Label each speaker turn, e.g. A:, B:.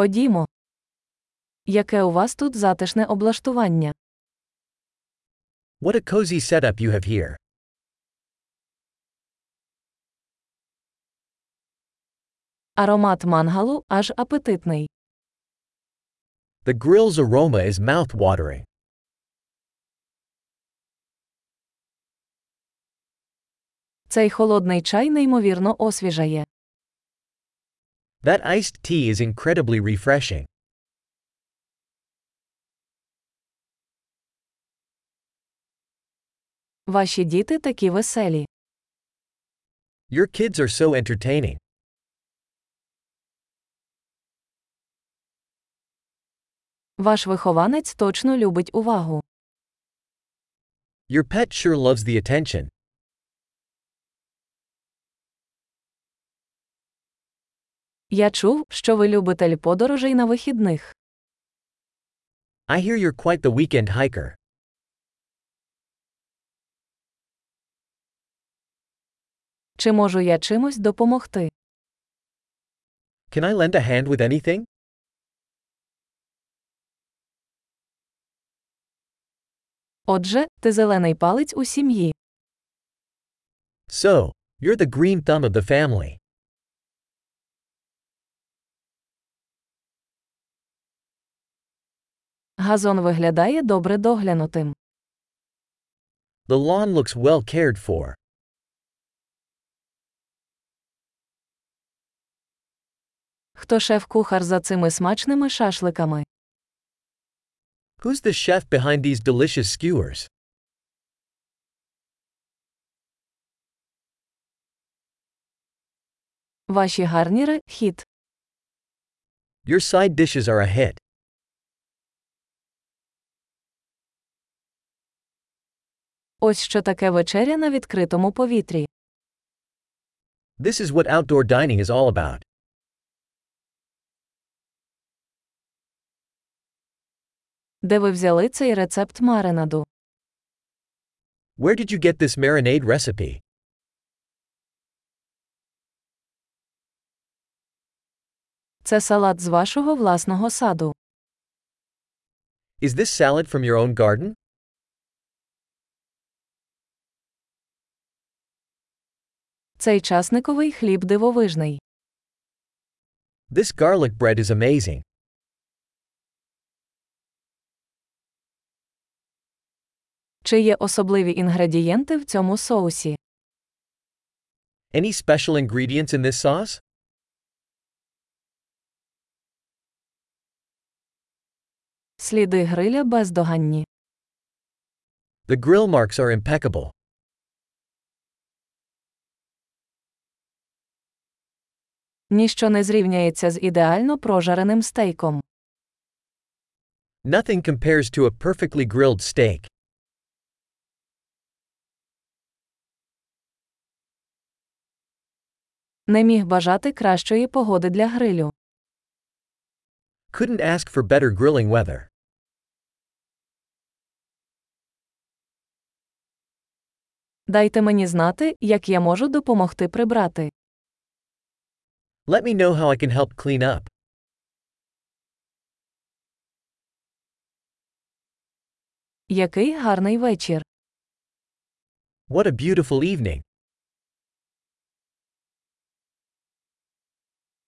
A: Ходімо. Яке у вас тут затишне облаштування?
B: What a cozy setup you have here.
A: Аромат мангалу аж апетитний.
B: The grill's aroma is mouth-watering.
A: Цей холодний чай неймовірно освіжає.
B: That iced tea is incredibly refreshing.
A: Ваші діти такі веселі.
B: Your kids are so entertaining.
A: Ваш вихованець точно любить увагу.
B: Your pet sure loves the attention.
A: Я чув, що ви любитель подорожей на вихідних.
B: I hear you're quite the weekend hiker.
A: Чи можу я чимось допомогти?
B: Can I lend a hand with anything?
A: Отже, ти зелений палець у сім'ї.
B: So, you're the green thumb of the family.
A: Газон виглядає добре доглянутим.
B: The lawn looks well cared for.
A: Хто шеф-кухар за цими смачними шашликами?
B: Who's the chef behind these delicious skewers?
A: Ваші гарніри хіт.
B: Your side dishes are a hit.
A: Ось що таке вечеря на відкритому повітрі.
B: This is what outdoor dining is all about.
A: Де ви взяли цей рецепт маринаду?
B: Where did you get this marinade recipe?
A: Це салат з вашого власного саду.
B: Is this salad from your own garden?
A: Цей часниковий хліб дивовижний.
B: This garlic bread is amazing.
A: Чи є особливі інгредієнти в цьому соусі?
B: Any special ingredients in this sauce?
A: Сліди гриля бездоганні.
B: The grill marks are impeccable.
A: Ніщо не зрівняється з ідеально прожареним стейком.
B: Nothing compares to a perfectly grilled steak.
A: Не міг бажати кращої погоди для грилю.
B: Couldn't ask for better grilling weather.
A: Дайте мені знати, як я можу допомогти прибрати.
B: Let me know how I can help clean up.
A: Який гарний вечір!
B: What a beautiful evening!